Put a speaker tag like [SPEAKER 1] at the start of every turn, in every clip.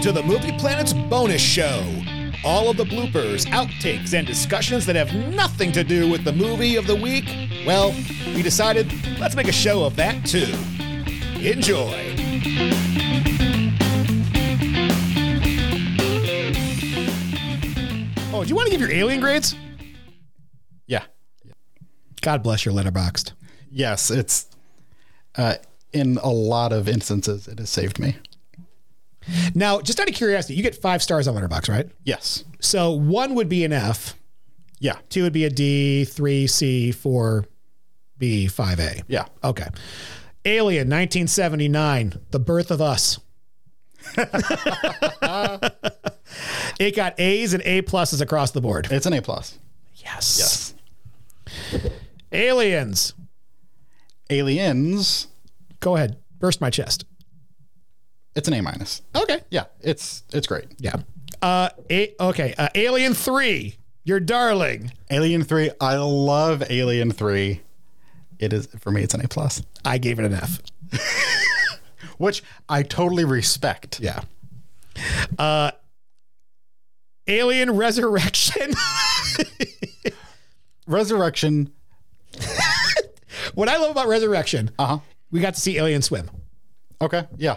[SPEAKER 1] to the Movie Planet's bonus show. All of the bloopers, outtakes, and discussions that have nothing to do with the movie of the week, well, we decided let's make a show of that too. Enjoy. Oh, do you want to give your alien grades?
[SPEAKER 2] Yeah.
[SPEAKER 1] God bless your letterboxed.
[SPEAKER 2] Yes, it's uh, in a lot of instances it has saved me.
[SPEAKER 1] Now, just out of curiosity, you get five stars on letterbox, right?
[SPEAKER 2] Yes.
[SPEAKER 1] So one would be an F,
[SPEAKER 2] Yeah.
[SPEAKER 1] two would be a D, three C, four B, five A.
[SPEAKER 2] Yeah.
[SPEAKER 1] Okay. Alien 1979, The Birth of Us. it got A's and A pluses across the board.
[SPEAKER 2] It's an A plus.
[SPEAKER 1] Yes. Aliens.
[SPEAKER 2] Aliens.
[SPEAKER 1] Go ahead. Burst my chest.
[SPEAKER 2] It's an A minus.
[SPEAKER 1] Okay.
[SPEAKER 2] Yeah. It's it's great.
[SPEAKER 1] Yeah. Uh, a- okay. Uh, Alien 3, Your Darling.
[SPEAKER 2] Alien Three. I love Alien Three. It is for me. It's an A plus,
[SPEAKER 1] I gave it an F.
[SPEAKER 2] which I totally respect.
[SPEAKER 1] Yeah. Uh, Alien Resurrection.
[SPEAKER 2] Resurrection.
[SPEAKER 1] what I love about Resurrection,
[SPEAKER 2] Uh huh.
[SPEAKER 1] we got to see Alien swim.
[SPEAKER 2] Okay. Yeah.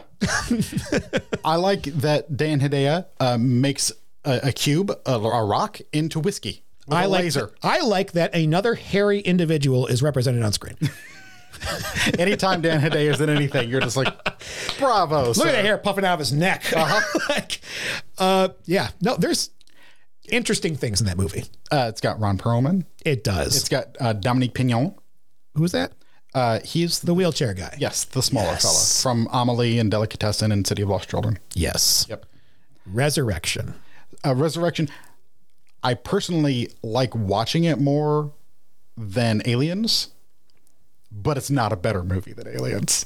[SPEAKER 2] I like that Dan Hedaya uh, makes a, a cube, a, a rock, into whiskey. with
[SPEAKER 1] I
[SPEAKER 2] a
[SPEAKER 1] like
[SPEAKER 2] laser.
[SPEAKER 1] I like that another hairy individual is represented on screen. Look
[SPEAKER 2] Anytime Dan Hedaya is in anything, you're just like, bravo. Look
[SPEAKER 1] at that hair puffing out of his neck. like, uh, yeah, no, there's interesting things in that movie.
[SPEAKER 2] Uh, it's got Ron Perlman.
[SPEAKER 1] It does.
[SPEAKER 2] It's got uh, Dominique Pignon.
[SPEAKER 1] Who's that?
[SPEAKER 2] Uh, he's the
[SPEAKER 1] The wheelchair guy.
[SPEAKER 2] yes, the smaller
[SPEAKER 1] Yes.
[SPEAKER 2] fella from Amelie and Delicatessen and City of Lost Children.
[SPEAKER 1] Yes.
[SPEAKER 2] Yep.
[SPEAKER 1] Resurrection.
[SPEAKER 2] uh, Resurrection, I personally like watching it more than Aliens, but it's not a better movie than Aliens.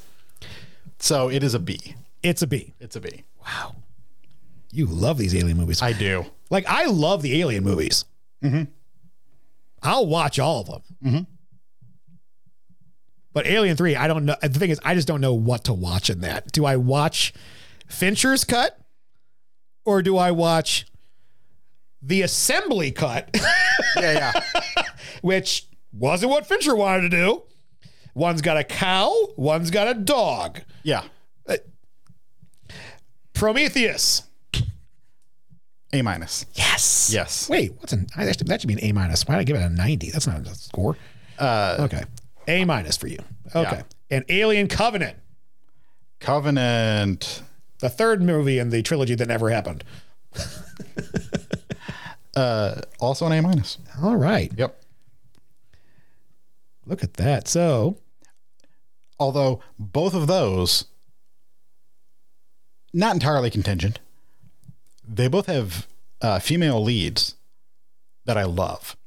[SPEAKER 2] So it is a B.
[SPEAKER 1] It's a B.
[SPEAKER 2] It's a B.
[SPEAKER 1] Wow. You love these alien movies.
[SPEAKER 2] I do.
[SPEAKER 1] like I love the alien movies. I'll watch all of them. But Alien Three, I don't know. The thing is, I just don't know what to watch in that. Do I watch Fincher's cut, or do I watch the assembly cut,
[SPEAKER 2] Yeah, yeah.
[SPEAKER 1] which wasn't what Fincher wanted to do? One's got a cow, one's got a dog.
[SPEAKER 2] yeah.
[SPEAKER 1] Prometheus.
[SPEAKER 2] A minus.
[SPEAKER 1] Yes.
[SPEAKER 2] Yes.
[SPEAKER 1] Wait, what's an I actually, that should be an A minus. Why did I give it a ninety? That's not a score. okay, A minus for you. Okay, and Alien Covenant,
[SPEAKER 2] Covenant.
[SPEAKER 1] the third movie in the trilogy that never happened.
[SPEAKER 2] Also an A minus.
[SPEAKER 1] All right,
[SPEAKER 2] Yep.
[SPEAKER 1] look at that. So
[SPEAKER 2] Although both of those, not entirely contingent, they both have uh, female leads that I love.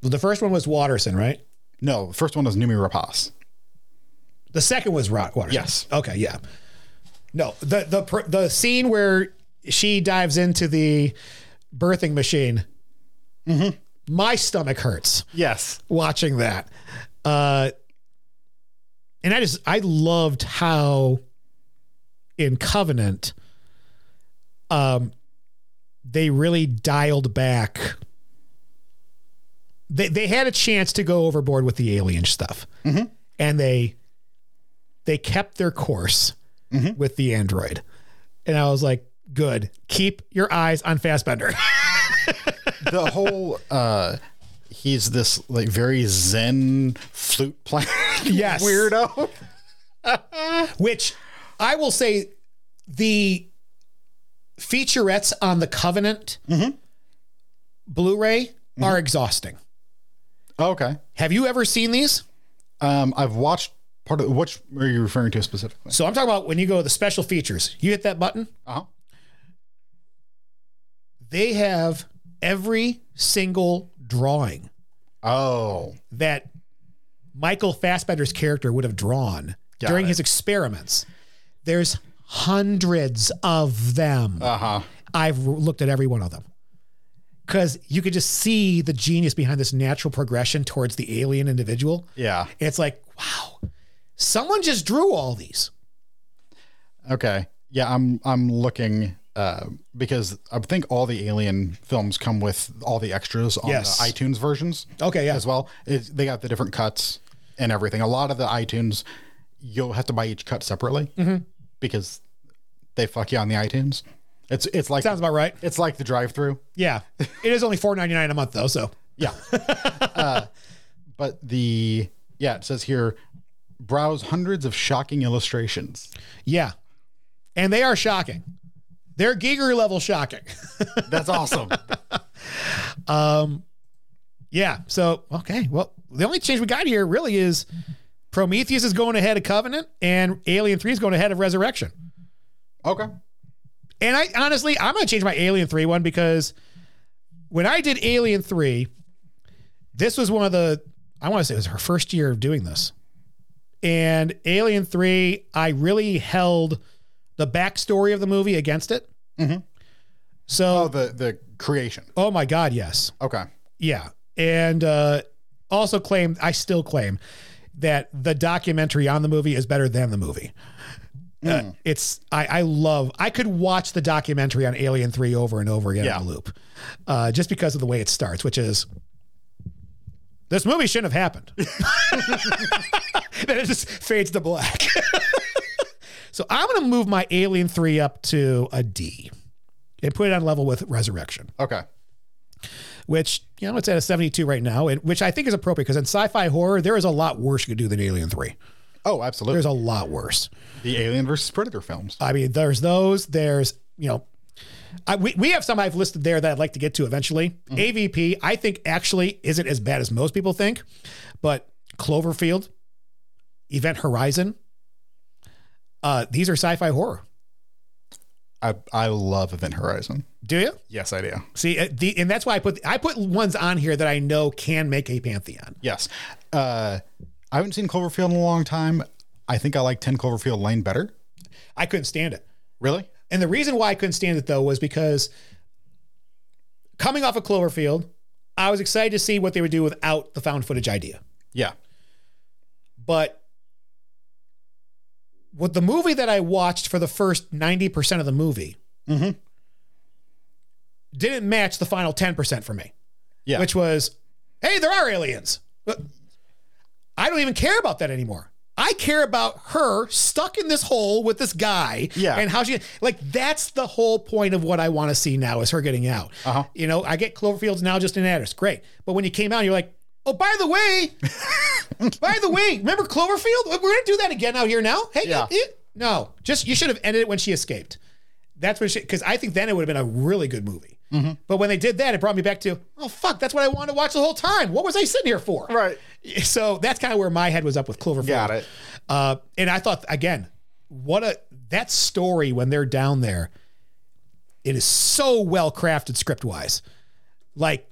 [SPEAKER 1] the first one was Watterson, right?
[SPEAKER 2] No, the first one was Numi Rapace.
[SPEAKER 1] The second was Rod Watterson.
[SPEAKER 2] Yes.
[SPEAKER 1] Okay. Yeah. No the the pr- the scene where she dives into the birthing machine. My stomach hurts.
[SPEAKER 2] Yes.
[SPEAKER 1] watching that. Uh, and I just I loved how in Covenant, um, they really dialed back. They they had a chance to go overboard with the alien stuff, and they they kept their course with the android, and I was like, good, keep your eyes on Fassbender.
[SPEAKER 2] the whole uh he's this like very zen flute player
[SPEAKER 1] Yes.
[SPEAKER 2] weirdo
[SPEAKER 1] which I will say the featurettes on the Covenant Blu-ray are exhausting.
[SPEAKER 2] okay
[SPEAKER 1] Have you ever seen these?
[SPEAKER 2] um i've watched part of which are you referring to specifically
[SPEAKER 1] So I'm talking about when you go to the special features, you hit that button,
[SPEAKER 2] uh-huh
[SPEAKER 1] they have every single drawing
[SPEAKER 2] oh
[SPEAKER 1] that Michael Fassbender's character would have drawn
[SPEAKER 2] Got
[SPEAKER 1] during
[SPEAKER 2] it.
[SPEAKER 1] his experiments. There's hundreds of them.
[SPEAKER 2] uh-huh
[SPEAKER 1] I've r- looked at every one of them because you could just see the genius behind this natural progression towards the alien individual.
[SPEAKER 2] yeah
[SPEAKER 1] It's like, wow, someone just drew all these.
[SPEAKER 2] okay Yeah, I'm I'm looking uh, because I think all the Alien films come with all the extras on
[SPEAKER 1] Yes.
[SPEAKER 2] the iTunes versions.
[SPEAKER 1] Okay, yeah.
[SPEAKER 2] as well. It's, they got the different cuts and everything. A lot of the iTunes, you'll have to buy each cut separately
[SPEAKER 1] Mm-hmm.
[SPEAKER 2] because they fuck you on the iTunes. It's it's like
[SPEAKER 1] Sounds about right.
[SPEAKER 2] it's like the drive-through.
[SPEAKER 1] Yeah, it is only four ninety nine a month though. So
[SPEAKER 2] Yeah. uh, but the yeah, it says here browse hundreds of shocking illustrations.
[SPEAKER 1] yeah, and they are shocking. They're Giger level shocking.
[SPEAKER 2] That's awesome.
[SPEAKER 1] yeah. So okay. Well, the only change we got here really is Prometheus is going ahead of Covenant, and Alien Three is going ahead of Resurrection.
[SPEAKER 2] okay.
[SPEAKER 1] And I honestly, I'm gonna change my Alien Three one because when I did Alien Three, this was one of the I want to say it was her first year of doing this. And Alien Three, I really held the backstory of the movie against it. So,
[SPEAKER 2] Oh, the the creation.
[SPEAKER 1] oh my God, yes,
[SPEAKER 2] Okay.
[SPEAKER 1] yeah, and uh, also claimed I still claim that the documentary on the movie is better than the movie. Uh, it's I, I love I could watch the documentary on Alien Three over and over again
[SPEAKER 2] Yeah.
[SPEAKER 1] on a loop, uh, just because of the way it starts, which is this movie shouldn't have happened. then it just fades to black. so I'm gonna move my Alien Three up to a D, and put it on level with Resurrection
[SPEAKER 2] Okay.
[SPEAKER 1] which you know it's at a 72 right now, and which I think is appropriate because in sci-fi horror there is a lot worse you could do than Alien Three.
[SPEAKER 2] Oh, absolutely.
[SPEAKER 1] There's a lot worse.
[SPEAKER 2] the Alien versus Predator films.
[SPEAKER 1] I mean, there's those. There's you know, I, we we have some I've listed there that I'd like to get to eventually. AVP I think actually isn't as bad as most people think, but Cloverfield, Event Horizon, uh, these are sci-fi horror.
[SPEAKER 2] I I love Event Horizon.
[SPEAKER 1] Do you
[SPEAKER 2] Yes, I do.
[SPEAKER 1] see uh, the and that's why I put I put ones on here that I know can make a pantheon.
[SPEAKER 2] Yes. Uh I haven't seen Cloverfield in a long time. I think I like 10 Cloverfield Lane better.
[SPEAKER 1] I couldn't stand it.
[SPEAKER 2] Really?
[SPEAKER 1] And the reason why I couldn't stand it though was because coming off of Cloverfield, I was excited to see what they would do without the found footage idea.
[SPEAKER 2] Yeah.
[SPEAKER 1] But what the movie that I watched for the first 90% of the movie
[SPEAKER 2] Mm-hmm.
[SPEAKER 1] didn't match the final 10% for me.
[SPEAKER 2] Yeah.
[SPEAKER 1] Which was, hey, there are aliens. But I don't even care about that anymore. I care about her stuck in this hole with this guy
[SPEAKER 2] Yeah.
[SPEAKER 1] and how she like that's the whole point of what I want to see now is her getting out.
[SPEAKER 2] Uh-huh.
[SPEAKER 1] You know, I get Cloverfield's now just an address. Great. But when you came out, you're like, oh, by the way, by the way, remember Cloverfield? We're gonna do that again out here now. Hey,
[SPEAKER 2] Yeah.
[SPEAKER 1] eh, eh. no, just you should have ended it when she escaped. That's when she because I think then it would have been a really good movie.
[SPEAKER 2] Mm-hmm.
[SPEAKER 1] But when they did that, it brought me back to oh fuck, that's what I wanted to watch the whole time. What was I sitting here for?
[SPEAKER 2] Right.
[SPEAKER 1] So that's kind of where my head was up with Cloverfield.
[SPEAKER 2] Got it.
[SPEAKER 1] Uh, and I thought again, what a that story when they're down there, it is so well crafted script wise, like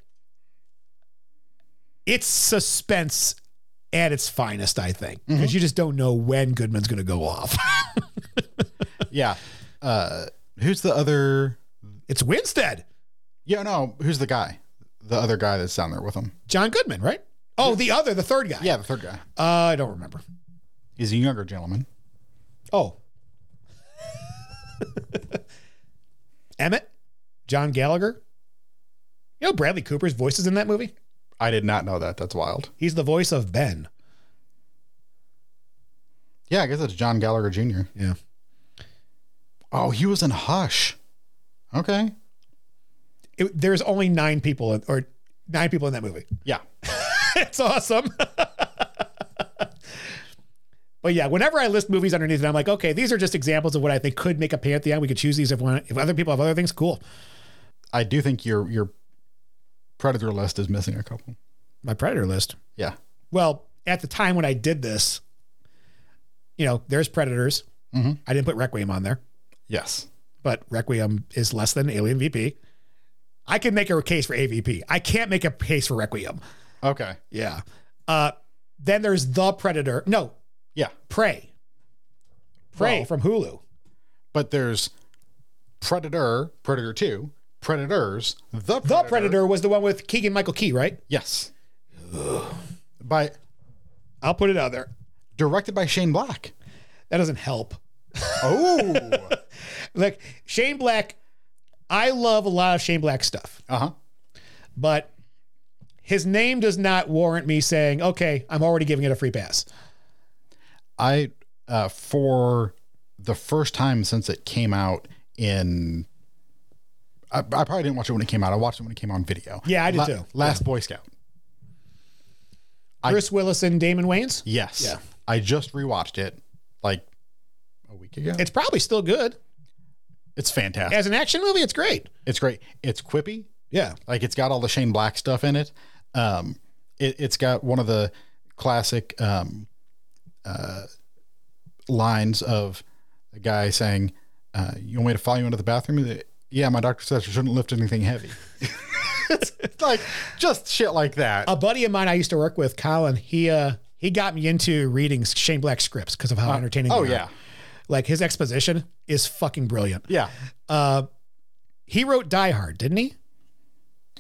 [SPEAKER 1] it's suspense at its finest. I think because you just don't know when Goodman's going to go off.
[SPEAKER 2] Yeah. Uh who's the other
[SPEAKER 1] it's Winstead,
[SPEAKER 2] Yeah, no, who's the guy? The other guy that's down there with him.
[SPEAKER 1] John Goodman, right? Oh, the other, the third guy.
[SPEAKER 2] Yeah, the third guy.
[SPEAKER 1] uh, I don't remember.
[SPEAKER 2] He's a younger gentleman.
[SPEAKER 1] Oh, Emmett, John Gallagher. You know Bradley Cooper's voice is in that movie.
[SPEAKER 2] I did not know that. That's wild.
[SPEAKER 1] He's the voice of Ben.
[SPEAKER 2] Yeah, I guess that's John Gallagher Jr.
[SPEAKER 1] Yeah.
[SPEAKER 2] Oh, he was in Hush. Okay.
[SPEAKER 1] It, there's only nine people in- or nine people in that movie.
[SPEAKER 2] Yeah.
[SPEAKER 1] it's awesome. but yeah, whenever I list movies underneath it, I'm like, okay, these are just examples of what I think could make a pantheon. We could choose these if one, if other people have other things, cool.
[SPEAKER 2] I do think your your predator list is missing a couple.
[SPEAKER 1] My Predator list.
[SPEAKER 2] Yeah.
[SPEAKER 1] Well, at the time when I did this, you know, there's Predators.
[SPEAKER 2] Mhm.
[SPEAKER 1] I didn't put Requiem on there,
[SPEAKER 2] Yes.
[SPEAKER 1] but Requiem is less than Alien VP. I could make a case for AVP. I can't make a case for Requiem.
[SPEAKER 2] Okay.
[SPEAKER 1] Yeah. Uh, then there's The Predator. No,
[SPEAKER 2] Yeah.
[SPEAKER 1] Prey. Prey
[SPEAKER 2] Well-
[SPEAKER 1] from Hulu.
[SPEAKER 2] But there's Predator, Predator 2, Predators, The Predator.
[SPEAKER 1] The Predator was the one with Keegan Michael Key, right?
[SPEAKER 2] Yes. by
[SPEAKER 1] I'll put it out there.
[SPEAKER 2] directed by Shane Black.
[SPEAKER 1] That doesn't help.
[SPEAKER 2] Oh,
[SPEAKER 1] Like Shane Black, I love a lot of Shane Black stuff,
[SPEAKER 2] uh huh.
[SPEAKER 1] but his name does not warrant me saying, "Okay, I'm already giving it a free pass."
[SPEAKER 2] I uh, for the first time since it came out in. I, I probably didn't watch it when it came out. I watched it when it came on video.
[SPEAKER 1] Yeah, I did too.
[SPEAKER 2] Last Boy Scout. I-
[SPEAKER 1] Bruce Willis and Damon Wayans.
[SPEAKER 2] Yes.
[SPEAKER 1] Yeah.
[SPEAKER 2] I just rewatched it like a week ago.
[SPEAKER 1] It's probably still good
[SPEAKER 2] It's fantastic.
[SPEAKER 1] as an action movie. It's great.
[SPEAKER 2] It's great. It's quippy.
[SPEAKER 1] Yeah,
[SPEAKER 2] Like it's got all the Shane Black stuff in it. Um, it it's got one of the classic um, uh, lines of a guy saying, uh, "You want me to follow you into the bathroom?" He's like, Yeah, my doctor says you shouldn't lift anything heavy. it's, it's like just shit like that.
[SPEAKER 1] a buddy of mine I used to work with, Colin. He uh he got me into reading Shane Black scripts because of how entertaining.
[SPEAKER 2] oh
[SPEAKER 1] they are.
[SPEAKER 2] yeah,
[SPEAKER 1] like his exposition is fucking brilliant.
[SPEAKER 2] yeah.
[SPEAKER 1] He wrote Die Hard, didn't he?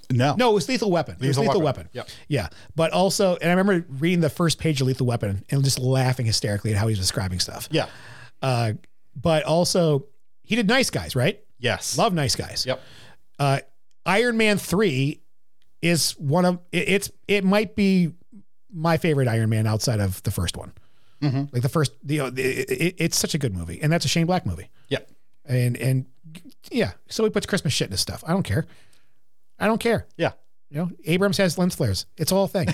[SPEAKER 2] No,
[SPEAKER 1] No, it was Lethal Weapon. it was
[SPEAKER 2] Lethal
[SPEAKER 1] Lethal Weapon.
[SPEAKER 2] Weapon. Yep.
[SPEAKER 1] Yeah. But also, and I remember reading the first page of Lethal Weapon and just laughing hysterically at how he was describing stuff.
[SPEAKER 2] Yeah.
[SPEAKER 1] Uh, but also, he did Nice Guys, right?
[SPEAKER 2] Yes.
[SPEAKER 1] Love Nice Guys.
[SPEAKER 2] Yep.
[SPEAKER 1] Uh, Iron Man 3 is one of, it, it's, it might be my favorite Iron Man outside of the first one.
[SPEAKER 2] Mhm.
[SPEAKER 1] Like the first, you know, it, it, it's such a good movie. And that's a Shane Black movie.
[SPEAKER 2] Yep.
[SPEAKER 1] and and yeah, so he puts Christmas shit in his stuff. I don't care. I don't care.
[SPEAKER 2] Yeah.
[SPEAKER 1] You know, Abrams has lens flares. It's all a thing.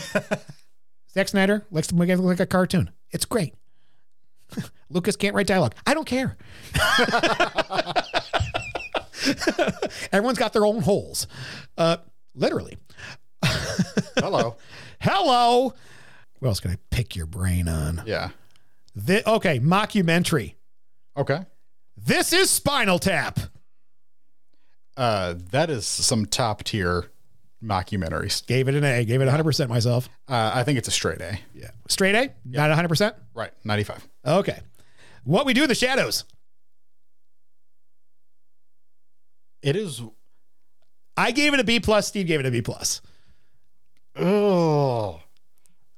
[SPEAKER 1] Zack Snyder likes to make it look like a cartoon. It's great. Lucas can't write dialogue. I don't care. Everyone's got their own holes, uh, literally.
[SPEAKER 2] Hello.
[SPEAKER 1] Hello. What else can I pick your brain on?
[SPEAKER 2] yeah.
[SPEAKER 1] Thi- okay, mockumentary.
[SPEAKER 2] Okay.
[SPEAKER 1] This is Spinal Tap.
[SPEAKER 2] Uh, that is some top tier mockumentaries.
[SPEAKER 1] Gave it an A. Gave it 100% myself.
[SPEAKER 2] Uh, I think it's a straight A.
[SPEAKER 1] Yeah. Straight A? Not 100%?
[SPEAKER 2] Right. 95.
[SPEAKER 1] Okay. What we do in the shadows.
[SPEAKER 2] It is.
[SPEAKER 1] I gave it a B plus. Steve gave it a B plus.
[SPEAKER 2] Oh,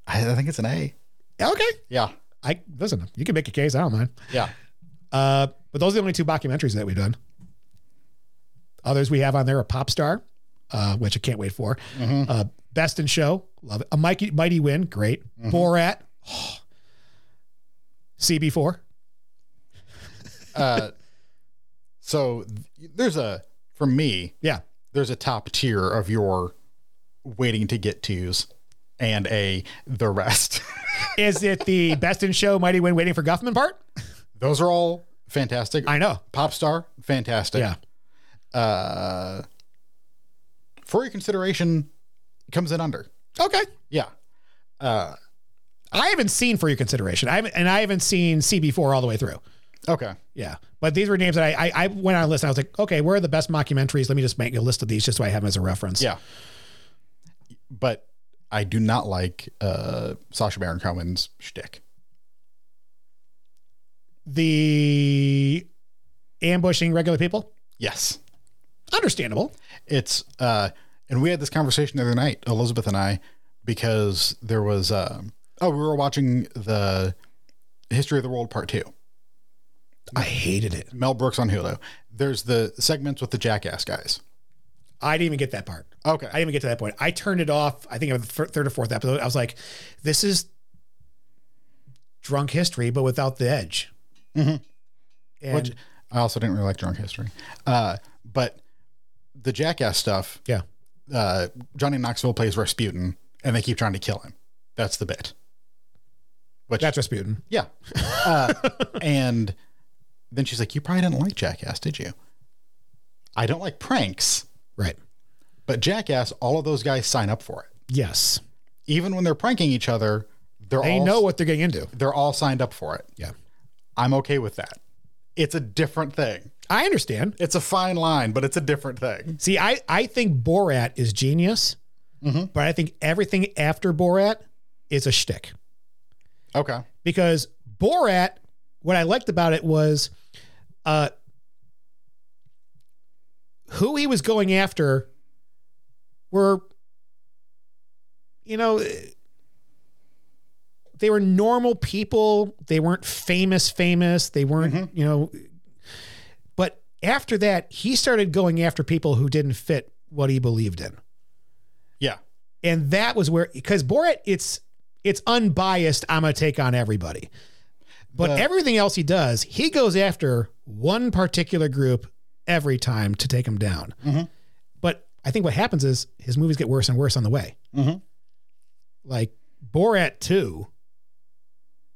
[SPEAKER 2] I, I think it's an A.
[SPEAKER 1] Okay.
[SPEAKER 2] Yeah.
[SPEAKER 1] I listen. You can make a case. I don't mind.
[SPEAKER 2] Yeah.
[SPEAKER 1] Uh, but those are the only two documentaries that we've done. Others we have on there are Pop Star, uh, which I can't wait for. Uh, Best in Show, love it. A Mikey Mighty Win, great. Borat, CB4.
[SPEAKER 2] Uh, so th- there's a, for me,
[SPEAKER 1] Yeah,
[SPEAKER 2] there's a top tier of your waiting to get twos and a the rest.
[SPEAKER 1] is it the Best in Show Mighty Win waiting for Guffman part?
[SPEAKER 2] Those are all fantastic.
[SPEAKER 1] I know.
[SPEAKER 2] Pop star, fantastic.
[SPEAKER 1] Yeah.
[SPEAKER 2] Uh, for your consideration, comes in under.
[SPEAKER 1] Okay.
[SPEAKER 2] Yeah. Uh,
[SPEAKER 1] I haven't seen for your consideration. I haven't, and I haven't seen CB4 all the way through.
[SPEAKER 2] okay.
[SPEAKER 1] Yeah, but these were names that I, I I went on a list. And I was like, okay, where are the best mockumentaries? Let me just make a list of these just so I have them as a reference.
[SPEAKER 2] Yeah. But I do not like uh Sasha Baron Cohen's shtick.
[SPEAKER 1] the ambushing regular people,
[SPEAKER 2] Yes.
[SPEAKER 1] understandable.
[SPEAKER 2] It's uh and we had this conversation the other night, Elizabeth and I, because there was um oh, we were watching the History of the World Part Two.
[SPEAKER 1] I hated it.
[SPEAKER 2] Mel Brooks on Hulu. There's the segments with the jackass guys.
[SPEAKER 1] I didn't even get that part.
[SPEAKER 2] Okay.
[SPEAKER 1] I didn't even get to that point. I turned it off. I think on the thir- third or fourth episode, I was like, this is drunk history, but without the edge. Mm-hmm. And
[SPEAKER 2] Which I also didn't really like drunk history. Uh but the jackass stuff,
[SPEAKER 1] yeah,
[SPEAKER 2] uh Johnny Knoxville plays Rasputin and they keep trying to kill him. That's the bit. Which
[SPEAKER 1] that's Rasputin.
[SPEAKER 2] Yeah. Uh, and then she's like, You probably didn't like Jackass, did you? I don't like pranks,
[SPEAKER 1] Right.
[SPEAKER 2] but Jackass, all of those guys sign up for it.
[SPEAKER 1] Yes.
[SPEAKER 2] Even when they're pranking each other, they're
[SPEAKER 1] They
[SPEAKER 2] all
[SPEAKER 1] know what they're getting into.
[SPEAKER 2] they're all signed up for it.
[SPEAKER 1] Yeah.
[SPEAKER 2] I'm okay with that. It's a different thing.
[SPEAKER 1] I understand.
[SPEAKER 2] It's a fine line, but it's a different thing.
[SPEAKER 1] See, I, I think Borat is genius, but I think everything after Borat is a shtick Mm-hmm.
[SPEAKER 2] Okay.
[SPEAKER 1] because Borat, what I liked about it was, uh, who he was going after were, you know, eh, they were normal people. They weren't famous, famous. They weren't, you know. But after that, he started going after people who didn't fit what he believed in,
[SPEAKER 2] Yeah.
[SPEAKER 1] and that was where because Borat, it's it's unbiased. I'm gonna take on everybody, but
[SPEAKER 2] The-
[SPEAKER 1] everything else he does, he goes after one particular group every time to take them down.
[SPEAKER 2] Mhm.
[SPEAKER 1] But I think what happens is his movies get worse and worse on the way
[SPEAKER 2] Mhm.
[SPEAKER 1] like Borat 2.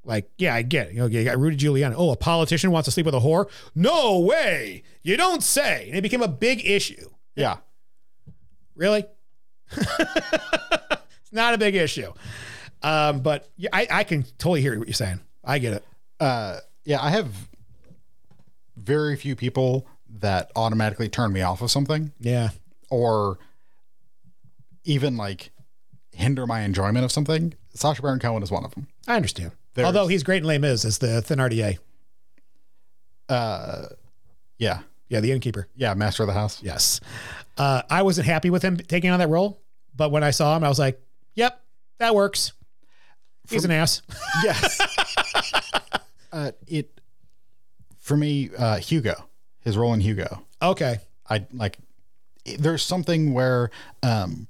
[SPEAKER 1] Like, yeah, I get it. You know, you got Rudy Giuliani. Oh, a politician wants to sleep with a whore? No way. You don't say. And it became a big issue.
[SPEAKER 2] Yeah.
[SPEAKER 1] Really? it's not a big issue. Um, but yeah, I, I can totally hear what you're saying. I get it.
[SPEAKER 2] uh, yeah, I have very few people that automatically turn me off of something
[SPEAKER 1] Yeah.
[SPEAKER 2] or even like hinder my enjoyment of something. Sasha Baron Cohen is one of them.
[SPEAKER 1] I understand.
[SPEAKER 2] There's-
[SPEAKER 1] Although he's great in Les Mis as the Thenardier.
[SPEAKER 2] Uh, yeah,
[SPEAKER 1] Yeah, the innkeeper.
[SPEAKER 2] yeah, Master of the House.
[SPEAKER 1] Yes. Uh, I wasn't happy with him taking on that role, but when I saw him, I was like, yep, that works. He's an ass.
[SPEAKER 2] Yes. uh, it for me, uh, Hugo, his role in Hugo.
[SPEAKER 1] Okay.
[SPEAKER 2] I like there's something where um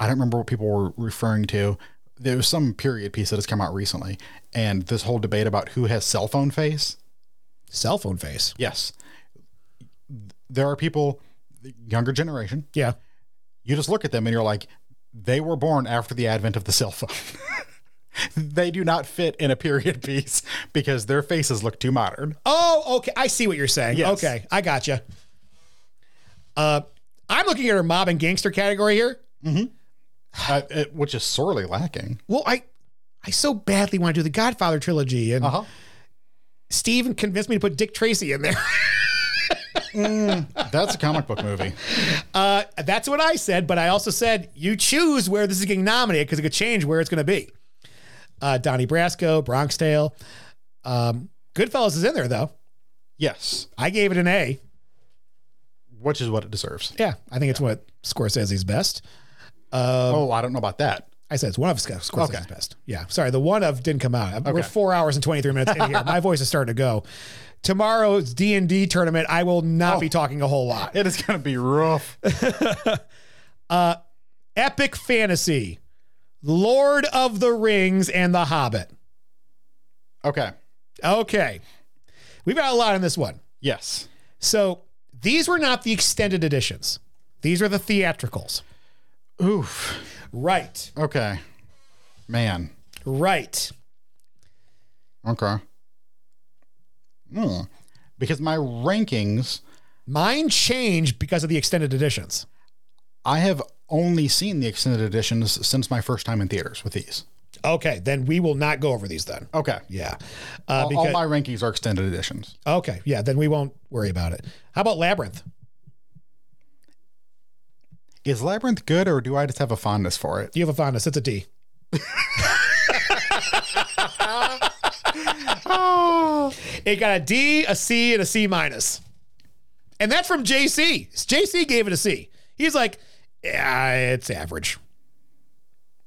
[SPEAKER 2] I don't remember what people were referring to. There was some period piece that has come out recently and this whole debate about who has cell phone face.
[SPEAKER 1] Cell phone face.
[SPEAKER 2] Yes. There are people the younger generation,
[SPEAKER 1] Yeah.
[SPEAKER 2] you just look at them and you're like they were born after the advent of the cell phone. they do not fit in a period piece because their faces look too modern.
[SPEAKER 1] Oh, okay. I see what you're saying.
[SPEAKER 2] Yes.
[SPEAKER 1] Okay. I gotcha. Uh, I'm looking at our mob and gangster category here.
[SPEAKER 2] Uh, it- which is sorely lacking.
[SPEAKER 1] Well, I, I so badly want to do the Godfather trilogy, and
[SPEAKER 2] Uh-huh.
[SPEAKER 1] Steven convinced me to put Dick Tracy in there.
[SPEAKER 2] That's a comic book movie.
[SPEAKER 1] Uh, that's what I said, but I also said you choose where this is getting nominated because it could change where it's going to be. Uh, Donnie Brasco, Bronx Tale, um, Goodfellas is in there though.
[SPEAKER 2] Yes.
[SPEAKER 1] I gave it an A.
[SPEAKER 2] which is what it deserves.
[SPEAKER 1] Yeah, I think it's what Scorsese's best.
[SPEAKER 2] oh, I don't know about that.
[SPEAKER 1] I said it's one of Sc- Scorsese's best. Yeah. Sorry, the one of didn't come out. We're four hours and twenty three minutes in here. My voice is starting to go. Tomorrow's D and D tournament, I will not be talking a whole lot.
[SPEAKER 2] It is going to be rough.
[SPEAKER 1] Epic fantasy, Lord of the Rings, and The Hobbit.
[SPEAKER 2] Okay.
[SPEAKER 1] Okay, we've got a lot in this one.
[SPEAKER 2] Yes.
[SPEAKER 1] So these were not the extended editions; these are the theatricals.
[SPEAKER 2] Oof.
[SPEAKER 1] Right.
[SPEAKER 2] Okay. Man.
[SPEAKER 1] Right.
[SPEAKER 2] Okay. Hmm. Because my rankings,
[SPEAKER 1] Mine changed because of the extended editions.
[SPEAKER 2] I have only seen the extended editions since my first time in theaters with these.
[SPEAKER 1] Okay, then we will not go over these then.
[SPEAKER 2] Okay.
[SPEAKER 1] Yeah. Uh,
[SPEAKER 2] All- All my rankings are extended editions.
[SPEAKER 1] Okay, yeah, then we won't worry about it. How about Labyrinth?
[SPEAKER 2] Is Labyrinth good or do I just have a fondness for it?
[SPEAKER 1] Do you have a fondness? It's a D. It got a D, a C, and a C minus. And that's from JC. JC gave it a C. He's like, yeah, it's average.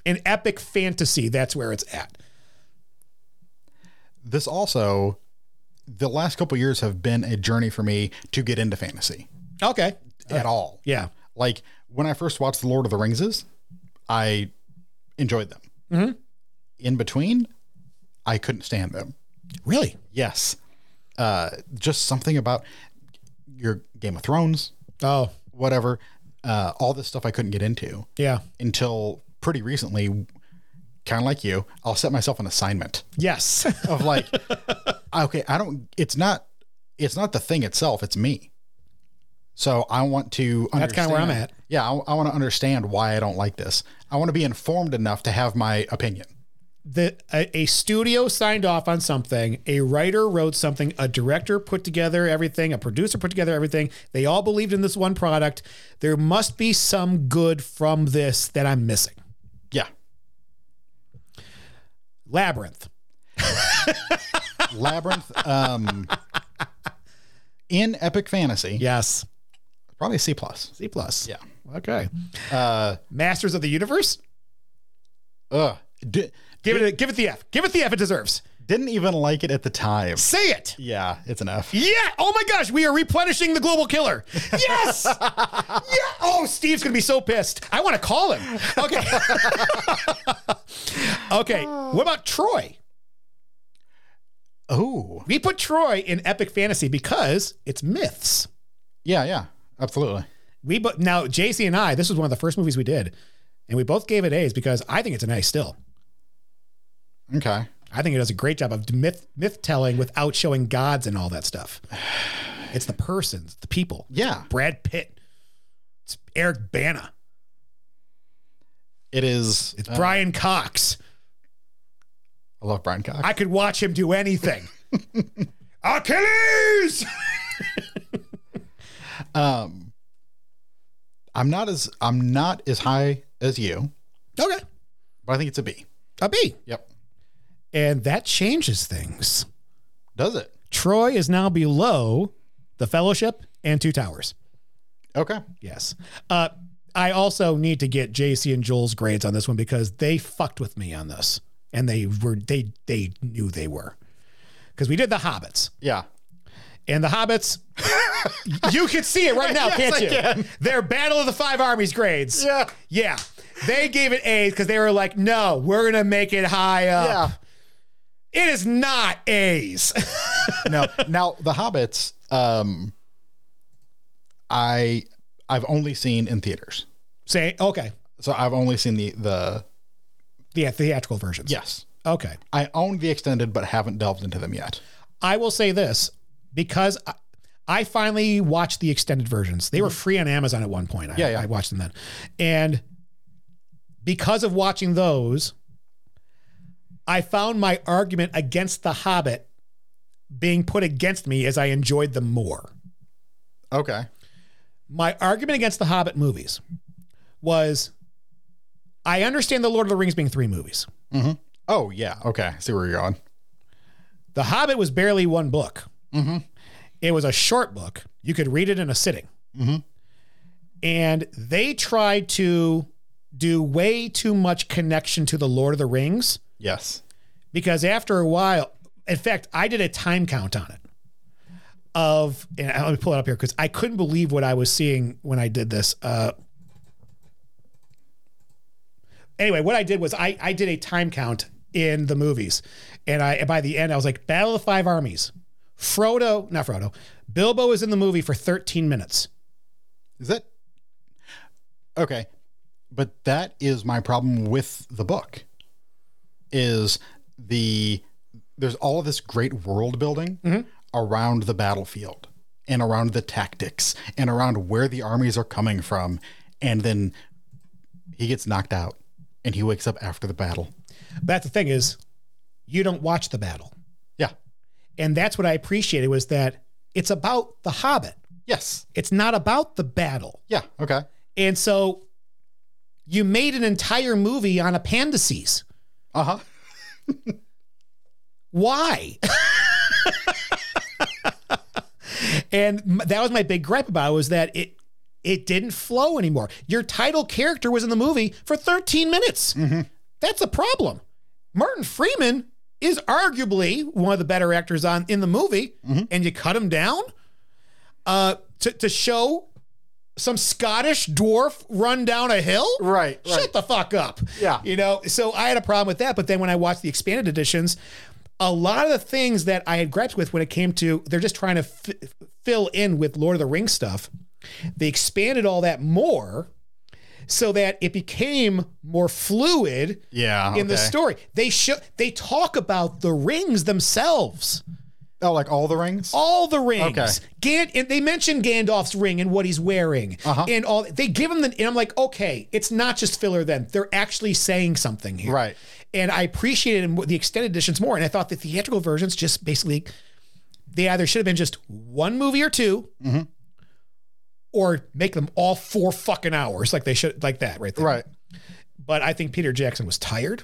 [SPEAKER 1] In epic fantasy, that's where it's at.
[SPEAKER 2] This also, the last couple years have been a journey for me to get into fantasy
[SPEAKER 1] Okay.
[SPEAKER 2] at all.
[SPEAKER 1] Yeah.
[SPEAKER 2] like when I first watched The Lord of the Rings, I enjoyed them. In between, I couldn't stand them.
[SPEAKER 1] Really?
[SPEAKER 2] Yes, uh, just something about your Game of Thrones,
[SPEAKER 1] Oh,
[SPEAKER 2] whatever, uh, all this stuff I couldn't get into
[SPEAKER 1] yeah.
[SPEAKER 2] until pretty recently. Kind of like you, I'll set myself an assignment
[SPEAKER 1] Yes.
[SPEAKER 2] of like, okay, I don't. It's not. It's not the thing itself. It's me. So I want to. Understand,
[SPEAKER 1] That's kinda where I'm at.
[SPEAKER 2] Yeah, I, I want to understand why I don't like this. I want to be informed enough to have my opinion.
[SPEAKER 1] the a, a studio signed off on something, a writer wrote something, a director put together everything, a producer put together everything. They all believed in this one product. There must be some good from this that I'm missing.
[SPEAKER 2] Yeah,
[SPEAKER 1] Labyrinth.
[SPEAKER 2] labyrinth. um, in epic fantasy,
[SPEAKER 1] Yes.
[SPEAKER 2] probably C plus.
[SPEAKER 1] C plus.
[SPEAKER 2] Yeah.
[SPEAKER 1] Okay.
[SPEAKER 2] Uh,
[SPEAKER 1] Masters of the Universe.
[SPEAKER 2] ugh, Di-
[SPEAKER 1] Give it, a, give it the F. Give it the F it deserves.
[SPEAKER 2] didn't even like it at the time.
[SPEAKER 1] Say it.
[SPEAKER 2] Yeah, it's an F.
[SPEAKER 1] Yeah. Oh my gosh, we are replenishing the global killer. Yes. yeah. Oh, Steve's gonna be so pissed. I want to call him. Okay. okay. What about Troy?
[SPEAKER 2] Oh,
[SPEAKER 1] We put Troy in epic fantasy because it's myths.
[SPEAKER 2] yeah, yeah, absolutely.
[SPEAKER 1] We but now JC and I. This was one of the first movies we did, and we both gave it A's because I think it's an A still.
[SPEAKER 2] Okay.
[SPEAKER 1] I think it does a great job of myth myth telling without showing gods and all that stuff. It's the persons, the people.
[SPEAKER 2] Yeah,
[SPEAKER 1] Brad Pitt. It's Eric Bana.
[SPEAKER 2] it is.
[SPEAKER 1] It's
[SPEAKER 2] uh,
[SPEAKER 1] Brian Cox.
[SPEAKER 2] I love Brian Cox.
[SPEAKER 1] I could watch him do anything. Achilles!
[SPEAKER 2] um, I'm not as I'm not as high as you,
[SPEAKER 1] Okay.
[SPEAKER 2] but I think it's a B.
[SPEAKER 1] A B.
[SPEAKER 2] Yep.
[SPEAKER 1] And that changes things.
[SPEAKER 2] Does it?
[SPEAKER 1] Troy is now below the Fellowship and Two Towers.
[SPEAKER 2] Okay.
[SPEAKER 1] Yes. Uh, I also need to get JC and Joel's grades on this one because they fucked with me on this, and they were they they knew they were because we did the Hobbits
[SPEAKER 2] Yeah.
[SPEAKER 1] and the Hobbits. you can see it right now,
[SPEAKER 2] Yes,
[SPEAKER 1] can't
[SPEAKER 2] I
[SPEAKER 1] you?
[SPEAKER 2] can.
[SPEAKER 1] Their Battle of the Five Armies grades.
[SPEAKER 2] Yeah.
[SPEAKER 1] Yeah. They gave it A's because they were like, no, we're gonna make it high
[SPEAKER 2] Yeah.
[SPEAKER 1] up. It is not A's.
[SPEAKER 2] no. Now the Hobbits. Um, I I've only seen in theaters,
[SPEAKER 1] Say okay.
[SPEAKER 2] so I've only seen the the
[SPEAKER 1] The theatrical versions.
[SPEAKER 2] yes.
[SPEAKER 1] Okay.
[SPEAKER 2] I own the extended, but haven't delved into them yet.
[SPEAKER 1] I will say this because I, I finally watched the extended versions. They were free on Amazon at one point. I,
[SPEAKER 2] Mm-hmm. Yeah, yeah.
[SPEAKER 1] I watched them then. And because of watching those, I found my argument against The Hobbit being put against me as I enjoyed them more.
[SPEAKER 2] Okay.
[SPEAKER 1] My argument against The Hobbit movies was I understand The Lord of the Rings being three movies.
[SPEAKER 2] Oh yeah. Okay. I see where you're going.
[SPEAKER 1] The Hobbit was barely one book. It was a short book. You could read it in a sitting. And they tried to do way too much connection to the Lord of the Rings
[SPEAKER 2] Yes.
[SPEAKER 1] because after a while, in fact, I did a time count on it. Of and I- let me pull it up here because I couldn't believe what I was seeing when I did this. Uh, anyway, what I did was I I did a time count in the movies, and I by the end I was like Battle of the Five Armies, Frodo not Frodo, Bilbo is in the movie for 13 minutes.
[SPEAKER 2] Is that okay? But that is my problem with the book. Is the there's all of this great world building
[SPEAKER 1] Mm-hmm.
[SPEAKER 2] around the battlefield and around the tactics and around where the armies are coming from, and then he gets knocked out and he wakes up after the battle.
[SPEAKER 1] But that's the thing is, you don't watch the battle,
[SPEAKER 2] Yeah.
[SPEAKER 1] and that's what I appreciated was that it's about the Hobbit.
[SPEAKER 2] Yes.
[SPEAKER 1] It's not about the battle.
[SPEAKER 2] Yeah. Okay.
[SPEAKER 1] And so you made an entire movie on appendices.
[SPEAKER 2] Uh huh.
[SPEAKER 1] Why? and m- that was my big gripe about it was that it it didn't flow anymore. Your title character was in the movie for 13 minutes.
[SPEAKER 2] Mm-hmm.
[SPEAKER 1] That's a problem. Martin Freeman is arguably one of the better actors on in the movie,
[SPEAKER 2] Mm-hmm.
[SPEAKER 1] and you cut him down uh, to to show some Scottish dwarf run down a hill.
[SPEAKER 2] Right,
[SPEAKER 1] Shut
[SPEAKER 2] right.
[SPEAKER 1] the fuck up.
[SPEAKER 2] Yeah.
[SPEAKER 1] You know, so I had a problem with that. But then when I watched the expanded editions, a lot of the things that I had gripes with when it came to, they're just trying to f- fill in with Lord of the Rings stuff. They expanded all that more so that it became more fluid
[SPEAKER 2] Yeah.
[SPEAKER 1] in the
[SPEAKER 2] okay.
[SPEAKER 1] story. They show they talk about the rings themselves.
[SPEAKER 2] Oh, like all the rings.
[SPEAKER 1] All the rings.
[SPEAKER 2] Okay.
[SPEAKER 1] Gan- and they mention Gandalf's ring and what he's wearing.
[SPEAKER 2] Uh-huh.
[SPEAKER 1] And all they give him the and I'm like, okay, it's not just filler then. They're actually saying something here.
[SPEAKER 2] Right.
[SPEAKER 1] And I appreciated mo- the extended editions more. And I thought the theatrical versions just basically they either should have been just one movie or 2
[SPEAKER 2] Mm-hmm.
[SPEAKER 1] or make them all four fucking hours like they should like that right there
[SPEAKER 2] Right.
[SPEAKER 1] but I think Peter Jackson was tired.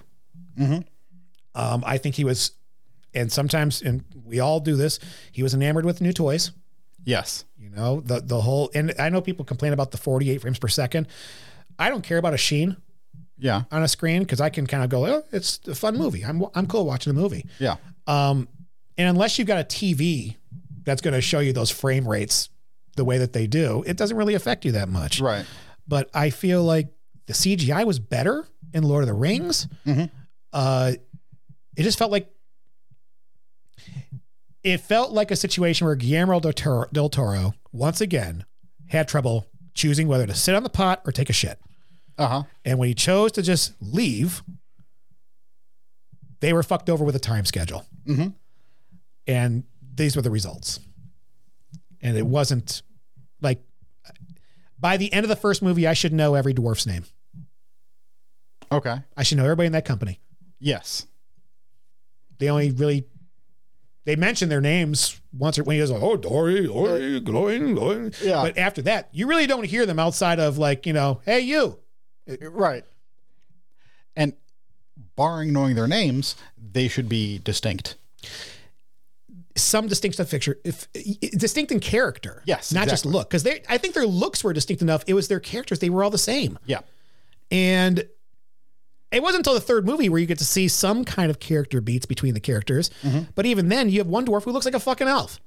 [SPEAKER 1] Um, I think he was, and sometimes, and we all do this. He was enamored with new toys.
[SPEAKER 2] Yes.
[SPEAKER 1] You know the the whole, and I know people complain about the forty eight frames per second. I don't care about a sheen.
[SPEAKER 2] Yeah.
[SPEAKER 1] on a screen because I can kind of go, oh, it's a fun movie. I'm I'm cool watching a movie.
[SPEAKER 2] Yeah.
[SPEAKER 1] Um, and unless you've got a TV that's going to show you those frame rates the way that they do, it doesn't really affect you that much.
[SPEAKER 2] Right.
[SPEAKER 1] But I feel like the CGI was better in Lord of the Rings.
[SPEAKER 2] Mhm.
[SPEAKER 1] Uh, it just felt like it felt like a situation where Guillermo del Toro, del Toro once again had trouble choosing whether to sit on the pot or take a shit.
[SPEAKER 2] Uh huh.
[SPEAKER 1] And when he chose to just leave, they were fucked over with a time schedule.
[SPEAKER 2] Mhm.
[SPEAKER 1] And these were the results. And it wasn't like by the end of the first movie, I should know every dwarf's name.
[SPEAKER 2] Okay.
[SPEAKER 1] I should know everybody in that company.
[SPEAKER 2] Yes.
[SPEAKER 1] They only really they mention their names once or when he goes, oh Dory, Dory, Gloin, Gloin.
[SPEAKER 2] Yeah.
[SPEAKER 1] But after that, you really don't hear them outside of like, you know, hey you.
[SPEAKER 2] Uh, Right. And barring knowing their names, they should be distinct.
[SPEAKER 1] some distinct of picture, if, distinct in character.
[SPEAKER 2] Yes,
[SPEAKER 1] not just look, because they. I think their looks were distinct enough. It was their characters; they were all the same.
[SPEAKER 2] Yeah.
[SPEAKER 1] And it wasn't until the third movie where you get to see some kind of character beats between the characters. But even then, you have one dwarf who looks like a fucking elf.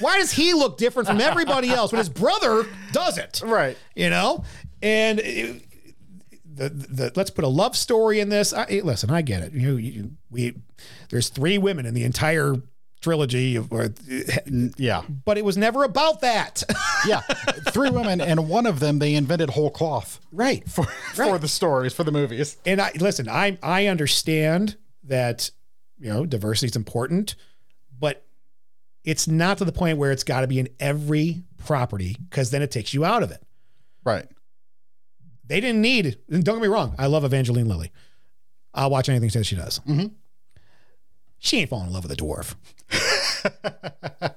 [SPEAKER 1] Why does he look different from everybody else when his brother doesn't?
[SPEAKER 2] Right.
[SPEAKER 1] You know, and. It, the, the, let's put a love story in this. I, listen, I get it. You, you, we, there's three women in the entire trilogy, of, or
[SPEAKER 2] Yeah.
[SPEAKER 1] but it was never about that.
[SPEAKER 2] Yeah. Three women, and one of them they invented whole cloth
[SPEAKER 1] right.
[SPEAKER 2] for, for the stories, for the movies.
[SPEAKER 1] And I listen, I I understand that you know diversity is important, but it's not to the point where it's got to be in every property because then it takes you out of it.
[SPEAKER 2] Right.
[SPEAKER 1] They didn't need. and Don't get me wrong. I love Evangeline Lilly. I'll watch anything that she does.
[SPEAKER 2] Mhm.
[SPEAKER 1] She ain't falling in love with a dwarf.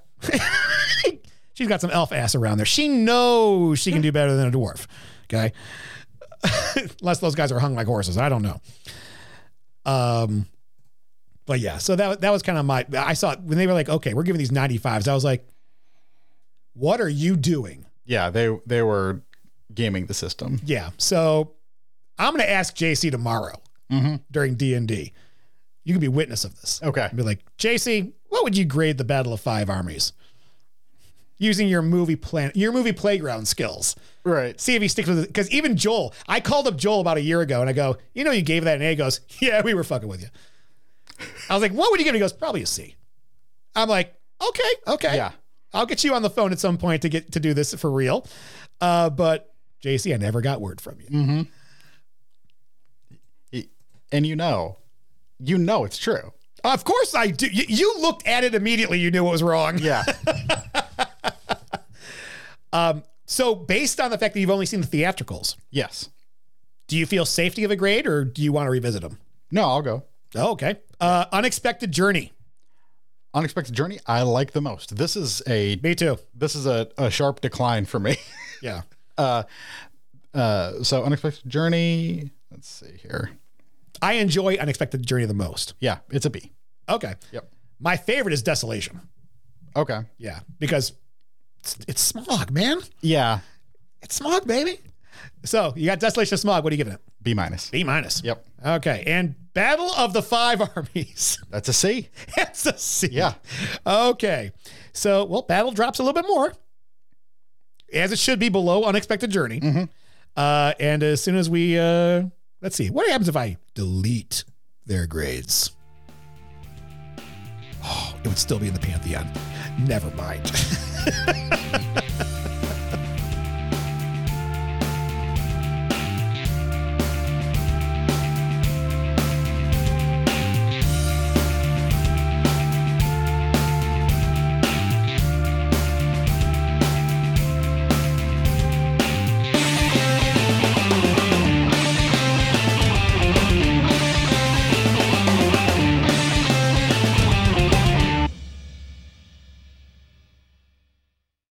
[SPEAKER 1] She's got some elf ass around there. She knows she can do better than a dwarf. Okay. Unless those guys are hung like horses. I don't know. Um, but yeah, so that that was kind of my I saw it when they were like, okay, we're giving these 95s. I was like, what are you doing?
[SPEAKER 2] Yeah. They they were gaming the system.
[SPEAKER 1] Yeah. So I'm going to ask JC tomorrow
[SPEAKER 2] Mhm.
[SPEAKER 1] during D and D. You can be witness of this.
[SPEAKER 2] Okay.
[SPEAKER 1] I'd be like, JC, what would you grade the Battle of Five Armies? Using your movie plan, your movie playground skills.
[SPEAKER 2] Right.
[SPEAKER 1] See if he sticks with it. Because even Joel, I called up Joel about a year ago and I go, you know, you gave that an A. He goes, yeah, we were fucking with you. I was like, what would you give? He goes, probably a C. I'm like, okay, okay.
[SPEAKER 2] Yeah.
[SPEAKER 1] I'll get you on the phone at some point to get to do this for real. Uh, but JC, I never got word from you.
[SPEAKER 2] And you know, you know it's true.
[SPEAKER 1] Of course I do. You, you looked at it immediately. You knew what was wrong.
[SPEAKER 2] Yeah.
[SPEAKER 1] So based on the fact that you've only seen the theatricals,
[SPEAKER 2] yes.
[SPEAKER 1] do you feel safe to give a grade or do you want to revisit them?
[SPEAKER 2] No, I'll go.
[SPEAKER 1] Oh, okay. Uh, unexpected journey.
[SPEAKER 2] Unexpected Journey, I like the most. This is a
[SPEAKER 1] Me too.
[SPEAKER 2] this is a, a sharp decline for me.
[SPEAKER 1] Yeah.
[SPEAKER 2] Uh, so Unexpected Journey, let's see here.
[SPEAKER 1] I enjoy unexpected journey the most.
[SPEAKER 2] Yeah, it's a B.
[SPEAKER 1] Okay.
[SPEAKER 2] Yep.
[SPEAKER 1] My favorite is desolation.
[SPEAKER 2] Okay.
[SPEAKER 1] Yeah. Because it's, it's smog, man.
[SPEAKER 2] Yeah,
[SPEAKER 1] It's smog, baby. So you got desolation of smog. What are you giving it?
[SPEAKER 2] B minus.
[SPEAKER 1] B minus.
[SPEAKER 2] Yep.
[SPEAKER 1] Okay. And battle of the five armies.
[SPEAKER 2] That's a C.
[SPEAKER 1] That's a C.
[SPEAKER 2] Yeah.
[SPEAKER 1] Okay. So, well, Battle drops a little bit more, as it should be below Unexpected Journey. Uh, and as soon as we, uh, let's see, what happens if I delete their grades? Oh, it would still be in the Pantheon. Never mind.